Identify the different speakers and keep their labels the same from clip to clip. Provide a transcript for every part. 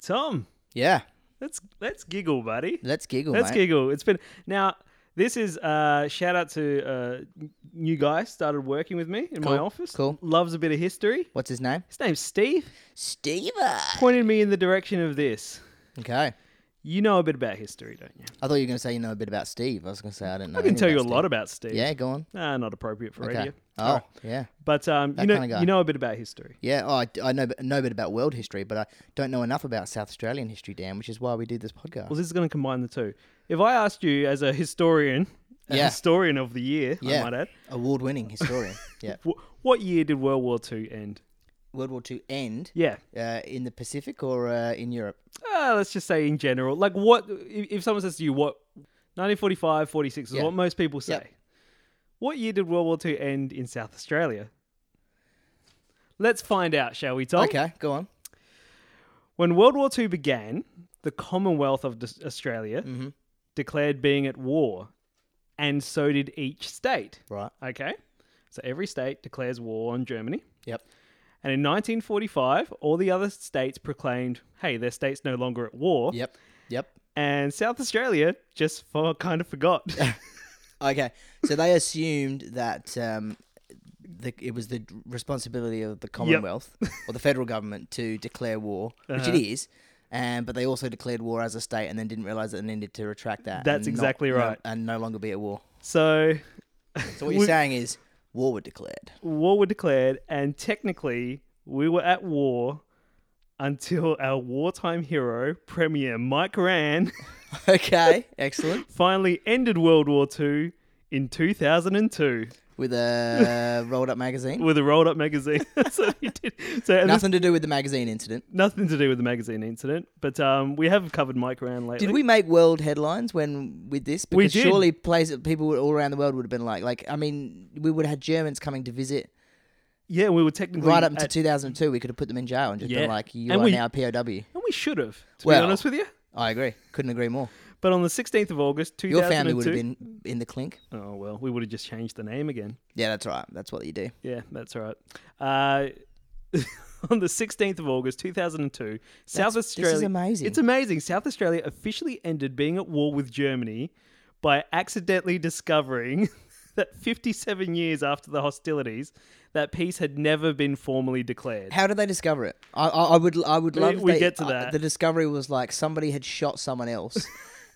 Speaker 1: Tom,
Speaker 2: Yeah.
Speaker 1: let's let's giggle, buddy.
Speaker 2: Let's giggle,
Speaker 1: Let's
Speaker 2: mate.
Speaker 1: giggle. It's been now. This is uh, shout out to uh, n- new guy started working with me in my
Speaker 2: Cool,
Speaker 1: office.
Speaker 2: cool.
Speaker 1: Loves a bit of history.
Speaker 2: What's his name?
Speaker 1: His name's Steve.
Speaker 2: Steve.
Speaker 1: Pointed me in the direction of this.
Speaker 2: Okay.
Speaker 1: You know a bit about history, don't you?
Speaker 2: I thought you were going to say you know a bit about Steve. I was going to say I don't know.
Speaker 1: I can tell you a lot about Steve.
Speaker 2: Yeah, go on.
Speaker 1: Nah, not appropriate for
Speaker 2: Okay.
Speaker 1: radio.
Speaker 2: Oh,
Speaker 1: Alright.
Speaker 2: yeah.
Speaker 1: But um, you
Speaker 2: That
Speaker 1: know,
Speaker 2: kinda guy.
Speaker 1: you know a bit about history.
Speaker 2: Yeah, oh, I, I know, know a bit about world history, but I don't know enough about South Australian history, Dan, which is why we do this podcast.
Speaker 1: Well, this is going to combine the two. If I asked you as a historian, a
Speaker 2: Yeah.
Speaker 1: historian of the year, I
Speaker 2: Yeah.
Speaker 1: might add,
Speaker 2: Award winning historian. yeah.
Speaker 1: wh- what year did World War II end?
Speaker 2: World War II end
Speaker 1: Yeah,
Speaker 2: uh, in the Pacific or uh, in Europe?
Speaker 1: uh, let's just say in general. Like, what if, if someone says to you, what 1945, 46 is
Speaker 2: Yeah.
Speaker 1: what most people say.
Speaker 2: Yep.
Speaker 1: What year did World War II end in South Australia? Let's find out, shall we, Tom?
Speaker 2: Okay, go on.
Speaker 1: When World War II began, the Commonwealth of Dis- Australia
Speaker 2: Mm-hmm.
Speaker 1: declared being at war, and so did each state.
Speaker 2: Right.
Speaker 1: Okay? So every state declares war on Germany.
Speaker 2: Yep.
Speaker 1: And in 1945, all the other states proclaimed, hey, their state's no longer at war.
Speaker 2: Yep. Yep.
Speaker 1: And South Australia just for, kind of forgot.
Speaker 2: Okay. So they assumed that um, the, it was the responsibility of the Commonwealth or the federal government to declare war, which it
Speaker 1: Uh-huh.
Speaker 2: is. Um, but they also declared war as a state and then didn't realize that they needed to retract that.
Speaker 1: That's
Speaker 2: and not-
Speaker 1: exactly
Speaker 2: no-
Speaker 1: right.
Speaker 2: and no longer be at war.
Speaker 1: so
Speaker 2: So what you're
Speaker 1: We-
Speaker 2: saying is war were declared.
Speaker 1: war were declared, and technically, we were at war until our wartime hero, Premier Mike Rann,
Speaker 2: Okay, excellent.
Speaker 1: finally ended World War II in 2002
Speaker 2: With a rolled up magazine.
Speaker 1: with a rolled up magazine. so he did. So and this- nothing.
Speaker 2: Nothing to do with the magazine incident.
Speaker 1: to do with the magazine incident, but um, we have covered Mike Rand lately.
Speaker 2: Did we make world headlines when with this? Because
Speaker 1: did.
Speaker 2: surely places people all around the world would have been like, like I mean, we would have had Germans coming to visit
Speaker 1: Yeah, we were technically
Speaker 2: right up to
Speaker 1: at-
Speaker 2: 2002. We could have put them in jail and just
Speaker 1: Yeah.
Speaker 2: been like, you
Speaker 1: And
Speaker 2: are
Speaker 1: we-
Speaker 2: now POW.
Speaker 1: and Oh, we should have. To
Speaker 2: Well-
Speaker 1: be honest with you,
Speaker 2: I agree. Couldn't agree more.
Speaker 1: but on the 16th of August, 2002.
Speaker 2: Your family would have been in the clink.
Speaker 1: Oh well, we would have just changed the name again.
Speaker 2: Yeah, that's right. That's what you do.
Speaker 1: Yeah, that's all right. Uh, on the 16th of August 2002, South
Speaker 2: That's- this is
Speaker 1: Australia.
Speaker 2: amazing.
Speaker 1: It's amazing. South Australia officially ended being at war with Germany by accidentally discovering that 57 years after the hostilities, that peace had never been formally declared.
Speaker 2: How did they discover it? I, I, I would, I would love. if
Speaker 1: we
Speaker 2: they-
Speaker 1: get to
Speaker 2: uh,
Speaker 1: that.
Speaker 2: the discovery was like somebody had shot someone else,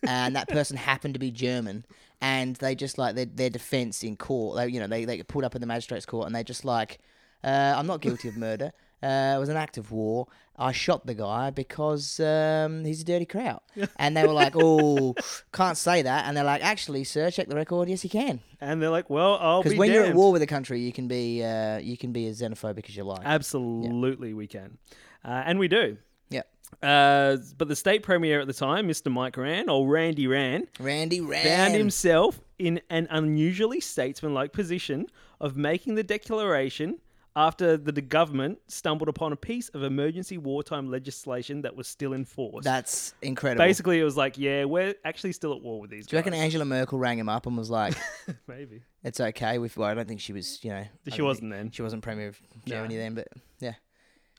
Speaker 2: and that person happened to be German, and they just like their, their defense in court. They, you know, they they get pulled up in the magistrates' court, and they just like, uh, I'm not guilty of murder. Uh, it was an act of war. I shot the guy because um, he's a dirty crowd. And they were like, oh, can't say that. And they're like, actually, sir, check the record. Yes, you can.
Speaker 1: And they're like, well, I'll be
Speaker 2: Because when you're at
Speaker 1: damned.
Speaker 2: war with a country, you can be uh, you can be as xenophobic as you like.
Speaker 1: Absolutely, we can. Uh, and we do.
Speaker 2: yeah.
Speaker 1: Uh, but the state premier at the time, Mr. Mike Rann, or Randy Rann,
Speaker 2: Randy Rand.
Speaker 1: found himself in an unusually statesmanlike position of making the declaration after the d- government stumbled upon a piece of emergency wartime legislation that was still in force.
Speaker 2: That's incredible.
Speaker 1: Basically, it was like, yeah, we're actually still at war with these
Speaker 2: Do you
Speaker 1: guys.
Speaker 2: reckon Angela Merkel rang him up and was like,
Speaker 1: Maybe.
Speaker 2: "It's okay"? With well, I don't think she was, you know, I don't think-
Speaker 1: wasn't then.
Speaker 2: She wasn't premier of
Speaker 1: No.
Speaker 2: Germany then, but yeah,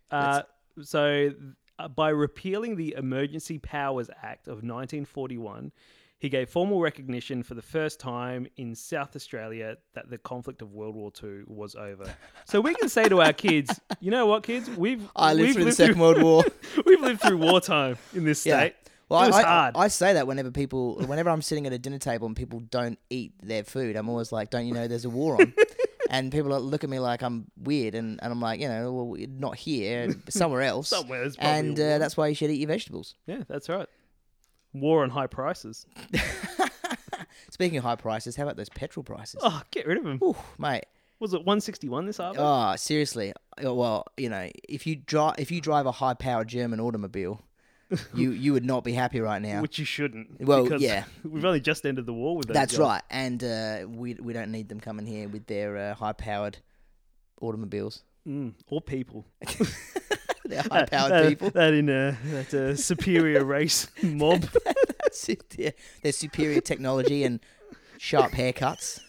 Speaker 1: Uh, so, th- uh, by repealing the Emergency Powers Act of 1941, he gave formal recognition for the first time in South Australia that the conflict of World War II was over. So we can say to our kids, you know what, kids, we've
Speaker 2: I lived
Speaker 1: we've
Speaker 2: through the Second World War.
Speaker 1: we've lived through wartime in this
Speaker 2: Yeah.
Speaker 1: state.
Speaker 2: Well,
Speaker 1: it was
Speaker 2: I, I,
Speaker 1: hard.
Speaker 2: I say that whenever people, whenever I'm sitting at a dinner table and people don't eat their food, I'm always like, "Don't you know there's a war on?" and people look at me like I'm weird, and, and I'm like, you know, well, we're not here, somewhere else.
Speaker 1: Somewhere there's probably
Speaker 2: And
Speaker 1: a war.
Speaker 2: uh, that's why you should eat your vegetables.
Speaker 1: yeah, that's right. War on high prices.
Speaker 2: Speaking of high prices, how about those petrol prices?
Speaker 1: Oh, get rid of them.
Speaker 2: Ooh, mate.
Speaker 1: Was it 161 this hour?
Speaker 2: Oh, seriously. Uh, Well, you know, if you drive if you drive a high powered German automobile, you you would not be happy right now.
Speaker 1: Which you shouldn't.
Speaker 2: Well,
Speaker 1: because
Speaker 2: yeah.
Speaker 1: We've only just ended the war with those
Speaker 2: That's
Speaker 1: guys.
Speaker 2: right. And uh, we we don't need them coming here with their uh, high powered automobiles.
Speaker 1: Mm, or people.
Speaker 2: They're high
Speaker 1: that,
Speaker 2: powered people.
Speaker 1: That in a that uh, superior race mob.
Speaker 2: That's it. Their, their superior technology and sharp haircuts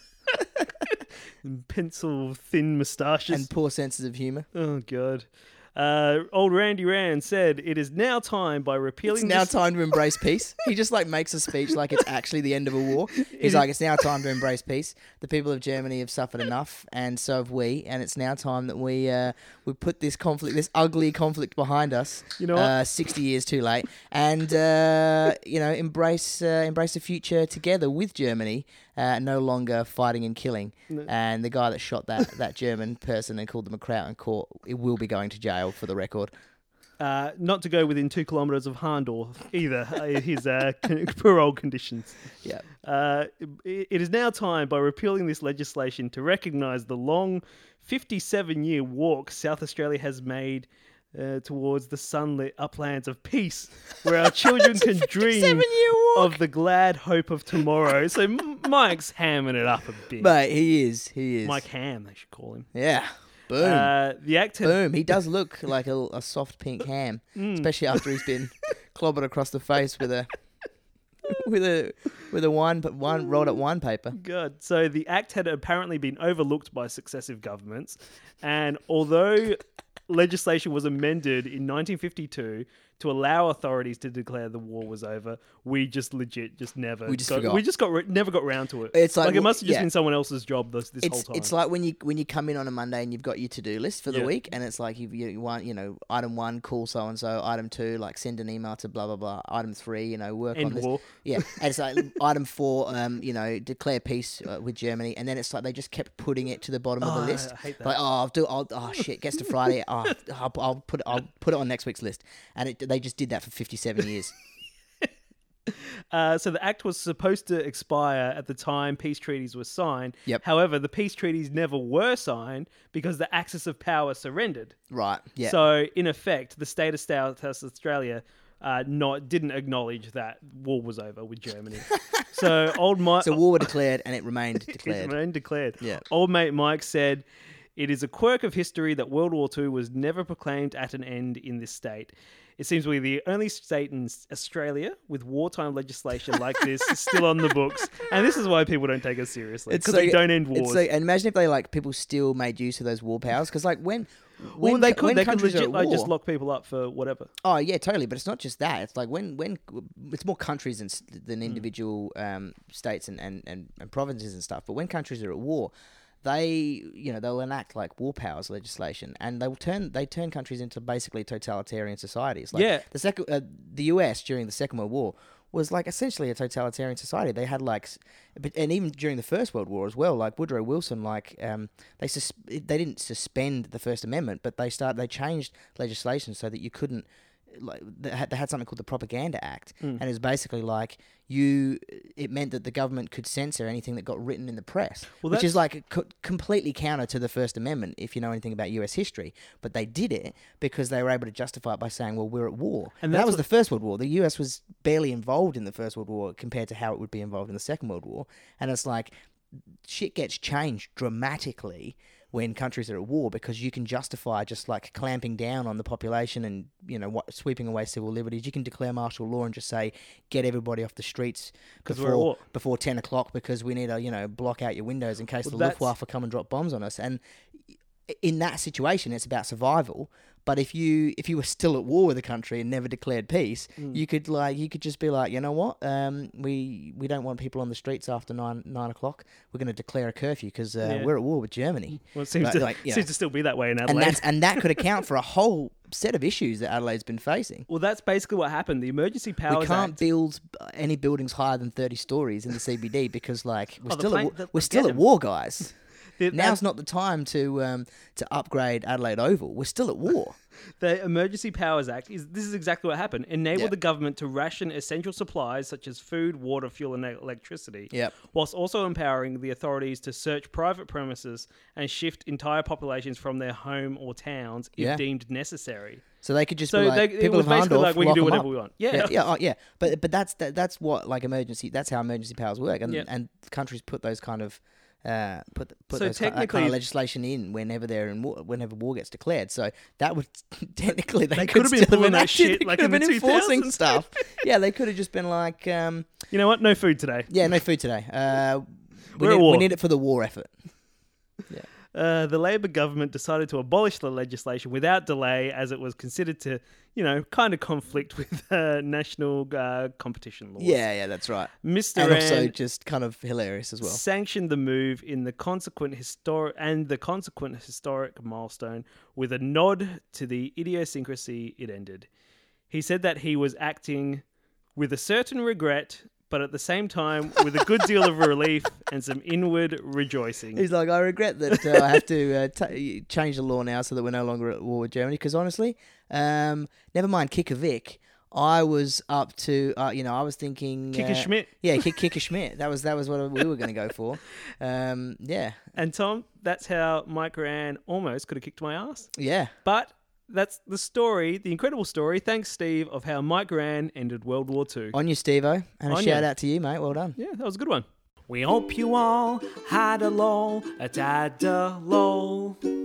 Speaker 1: Pencil thin moustaches.
Speaker 2: and poor senses of humor.
Speaker 1: oh god. Uh, old Randy Rand said, "It is now time by repealing
Speaker 2: It's now
Speaker 1: this-
Speaker 2: time to embrace peace. He just like makes a speech like it's actually the end of a war. He's like, it's now time to embrace peace. The people of Germany have suffered enough, and so have we. And it's now time that we uh, we put this conflict, this ugly conflict, behind us.
Speaker 1: You know what?
Speaker 2: uh, sixty years too late, and uh, you know, embrace uh, embrace a future together with Germany, uh, no longer fighting and killing. And the guy that shot that that German person and called them a crowd in court, it will be going to jail for the record.
Speaker 1: uh, not to go within two kilometers of Harndorf either. uh, his uh, con- parole conditions.
Speaker 2: Yeah.
Speaker 1: Uh, it it is now time by repealing this legislation to recognise the long 57 year walk South Australia has made uh, towards the sunlit uplands of peace, where our children can dream of the glad hope of tomorrow. So M- Mike's hamming it up a bit.
Speaker 2: But he is. He is.
Speaker 1: Mike Ham, they should call him.
Speaker 2: Yeah. Boom.
Speaker 1: Uh, the act had
Speaker 2: Boom. He does look like a, a soft pink ham,
Speaker 1: Mm.
Speaker 2: especially after he's been clobbered across the face with a with a with a wine but wine rolled up wine paper.
Speaker 1: God. So the act had apparently been overlooked by successive governments, and although legislation was amended in 1952 to allow authorities to declare the war was over, we just legit just never
Speaker 2: We just
Speaker 1: got,
Speaker 2: forgot.
Speaker 1: we just got re- never got round to it.
Speaker 2: It's like-
Speaker 1: it must have just
Speaker 2: yeah.
Speaker 1: been someone else's job this this whole
Speaker 2: It's
Speaker 1: time.
Speaker 2: it's like when you when you come in on a Monday and you've got your to do list for the
Speaker 1: Yeah.
Speaker 2: week and it's like you you want you know item one call so and so item two like send an email to blah blah blah item three you know work
Speaker 1: End
Speaker 2: on this
Speaker 1: war.
Speaker 2: yeah and it's like item four um you know declare peace uh, with Germany and then it's like they just kept putting it to the bottom
Speaker 1: Oh,
Speaker 2: of
Speaker 1: I-
Speaker 2: the list
Speaker 1: I hate that.
Speaker 2: like oh I'll do I'll, oh shit gets to Friday oh, I'll, I'll put I'll put it on next week's list and it, they just did that for fifty seven years
Speaker 1: Uh, so the act was supposed to expire at the time peace treaties were signed.
Speaker 2: Yep.
Speaker 1: However, the peace treaties never were signed because the axis of power surrendered.
Speaker 2: right yeah
Speaker 1: So in effect, the state of South Australia uh, not didn't acknowledge that war was over with Germany. so old Mike,
Speaker 2: so war were declared and it remained declared
Speaker 1: declared.
Speaker 2: Yeah.
Speaker 1: Old mate Mike said, "It is a quirk of history that World War II was never proclaimed at an end in this state." It seems we're the only state in S- Australia with wartime legislation like this still on the books, and this is why people don't take us seriously because they don't end
Speaker 2: it's
Speaker 1: wars.
Speaker 2: so- and imagine if they like people still made use of those war powers because like when when
Speaker 1: well, they
Speaker 2: co-
Speaker 1: could
Speaker 2: when
Speaker 1: they could
Speaker 2: countries are
Speaker 1: legit
Speaker 2: at
Speaker 1: like just
Speaker 2: war-
Speaker 1: lock people up for whatever.
Speaker 2: oh yeah totally but it's not just that it's like when when it's more countries than s- than
Speaker 1: Hmm.
Speaker 2: individual um, states and, and, and, and provinces and stuff but when countries are at war they you know they'll enact like war powers legislation and they will turn they turn countries into basically totalitarian societies like
Speaker 1: Yeah.
Speaker 2: the second uh, the US during the second world war was like essentially a totalitarian society. They had like, s- but and even during the First World War as well, like Woodrow Wilson, like um, they sus- they didn't suspend the First Amendment, but they started they changed legislation so that you couldn't. Like they had, they had something called the Propaganda Act, and it was basically like you. It meant that the government could censor anything that got written in the press,
Speaker 1: Well,
Speaker 2: which
Speaker 1: that's-
Speaker 2: is like co- completely counter to the First Amendment, if you know anything about U.S. history. But they did it because they were able to justify it by saying, "Well, we're at war,"
Speaker 1: And
Speaker 2: and
Speaker 1: that's
Speaker 2: that was
Speaker 1: what-
Speaker 2: the First World War. The US was barely involved in the First World War compared to how it would be involved in the Second World War. And it's like shit gets changed dramatically when countries are at war because you can justify just like clamping down on the population and you know what sweeping away civil liberties. You can declare martial law and just say get everybody off the streets
Speaker 1: 'Cause we're at
Speaker 2: before
Speaker 1: war.
Speaker 2: before ten o'clock because we need to you know block out your windows in case
Speaker 1: Well,
Speaker 2: the
Speaker 1: that's-
Speaker 2: Luftwaffe come and drop bombs on us. And in that situation it's about survival but if you if you were still at war with a country and never declared peace
Speaker 1: Mm.
Speaker 2: you could like you could just be like you know what um, we we don't want people on the streets after nine nine o'clock we're going to declare a curfew because uh,
Speaker 1: Yeah.
Speaker 2: we're at war with germany
Speaker 1: Well, it seems
Speaker 2: But,
Speaker 1: to
Speaker 2: like, you
Speaker 1: seems
Speaker 2: know,
Speaker 1: to still be that way in Adelaide.
Speaker 2: and that's and that could account for a whole set of issues that adelaide's been facing
Speaker 1: well, that's basically what happened. The Emergency Powers
Speaker 2: we can't
Speaker 1: Act-
Speaker 2: build uh, any buildings higher than 30 stories in the cbd because like we're
Speaker 1: Oh, the
Speaker 2: still
Speaker 1: plane-
Speaker 2: at,
Speaker 1: the-
Speaker 2: war we're
Speaker 1: the
Speaker 2: still at
Speaker 1: Venom.
Speaker 2: war guys
Speaker 1: the-
Speaker 2: now's not the time to um, to upgrade adelaide oval we're still at war
Speaker 1: The Emergency Powers Act is this is exactly what happened. Enabled
Speaker 2: Yeah.
Speaker 1: the government to ration essential supplies such as food, water, fuel, and e- electricity.
Speaker 2: Yep.
Speaker 1: Whilst also empowering the authorities to search private premises and shift entire populations from their home or towns if
Speaker 2: Yeah.
Speaker 1: deemed necessary.
Speaker 2: So they could just
Speaker 1: So
Speaker 2: be like,
Speaker 1: they- it
Speaker 2: people
Speaker 1: was
Speaker 2: of
Speaker 1: basically
Speaker 2: Harndorf,
Speaker 1: like, we can
Speaker 2: lock
Speaker 1: do
Speaker 2: 'em
Speaker 1: whatever
Speaker 2: up.
Speaker 1: we want. Yeah.
Speaker 2: yeah, yeah, oh, yeah. But but that's that, that's what like emergency. That's how emergency powers work, and
Speaker 1: Yeah.
Speaker 2: and countries put those kind of uh put put
Speaker 1: So
Speaker 2: those ki- that kind
Speaker 1: technically-
Speaker 2: of legislation in whenever they're in war, whenever war gets declared. So that would technically they,
Speaker 1: They
Speaker 2: could
Speaker 1: could've
Speaker 2: have
Speaker 1: been
Speaker 2: been
Speaker 1: pulling that shit, like,
Speaker 2: like have
Speaker 1: in the
Speaker 2: been enforcing
Speaker 1: 2000s.
Speaker 2: stuff. yeah, they could have just been like, um,
Speaker 1: You know what? No food today.
Speaker 2: yeah, no food today. Uh, we
Speaker 1: We're at
Speaker 2: need,
Speaker 1: war.
Speaker 2: we need it for the war effort.
Speaker 1: uh, the Labor government decided to abolish the legislation without delay as it was considered to, you know, kind of conflict with uh, national uh, competition laws.
Speaker 2: Yeah, yeah, that's right.
Speaker 1: Mr.
Speaker 2: And also
Speaker 1: Rand-
Speaker 2: just kind of hilarious as well.
Speaker 1: sanctioned the move in the consequent historic and the consequent historic milestone with a nod to the idiosyncrasy it ended. He said that he was acting with a certain regret, but at the same time with a good deal of relief and some inward rejoicing.
Speaker 2: He's like, I regret that uh, I have to uh, t- change the law now so that we're no longer at war with Germany. Because honestly, um, never mind Kicker Vic. I was up to, uh, you know, I was thinking
Speaker 1: Kicker
Speaker 2: uh,
Speaker 1: Schmidt.
Speaker 2: Yeah, kick, Kicker Schmidt. That was that was what we were going to go for. Um, yeah,
Speaker 1: And Tom, that's how Mike Ryan almost could have kicked my ass.
Speaker 2: yeah.
Speaker 1: But that's the story, the incredible story, thanks Steve, of how Mike Ryan ended World War II.
Speaker 2: On you, Stevo, and a
Speaker 1: On
Speaker 2: shout
Speaker 1: ya.
Speaker 2: out to you, mate. Well done.
Speaker 1: Yeah, that was a good one. We hope you all had a lol, a dad a lol.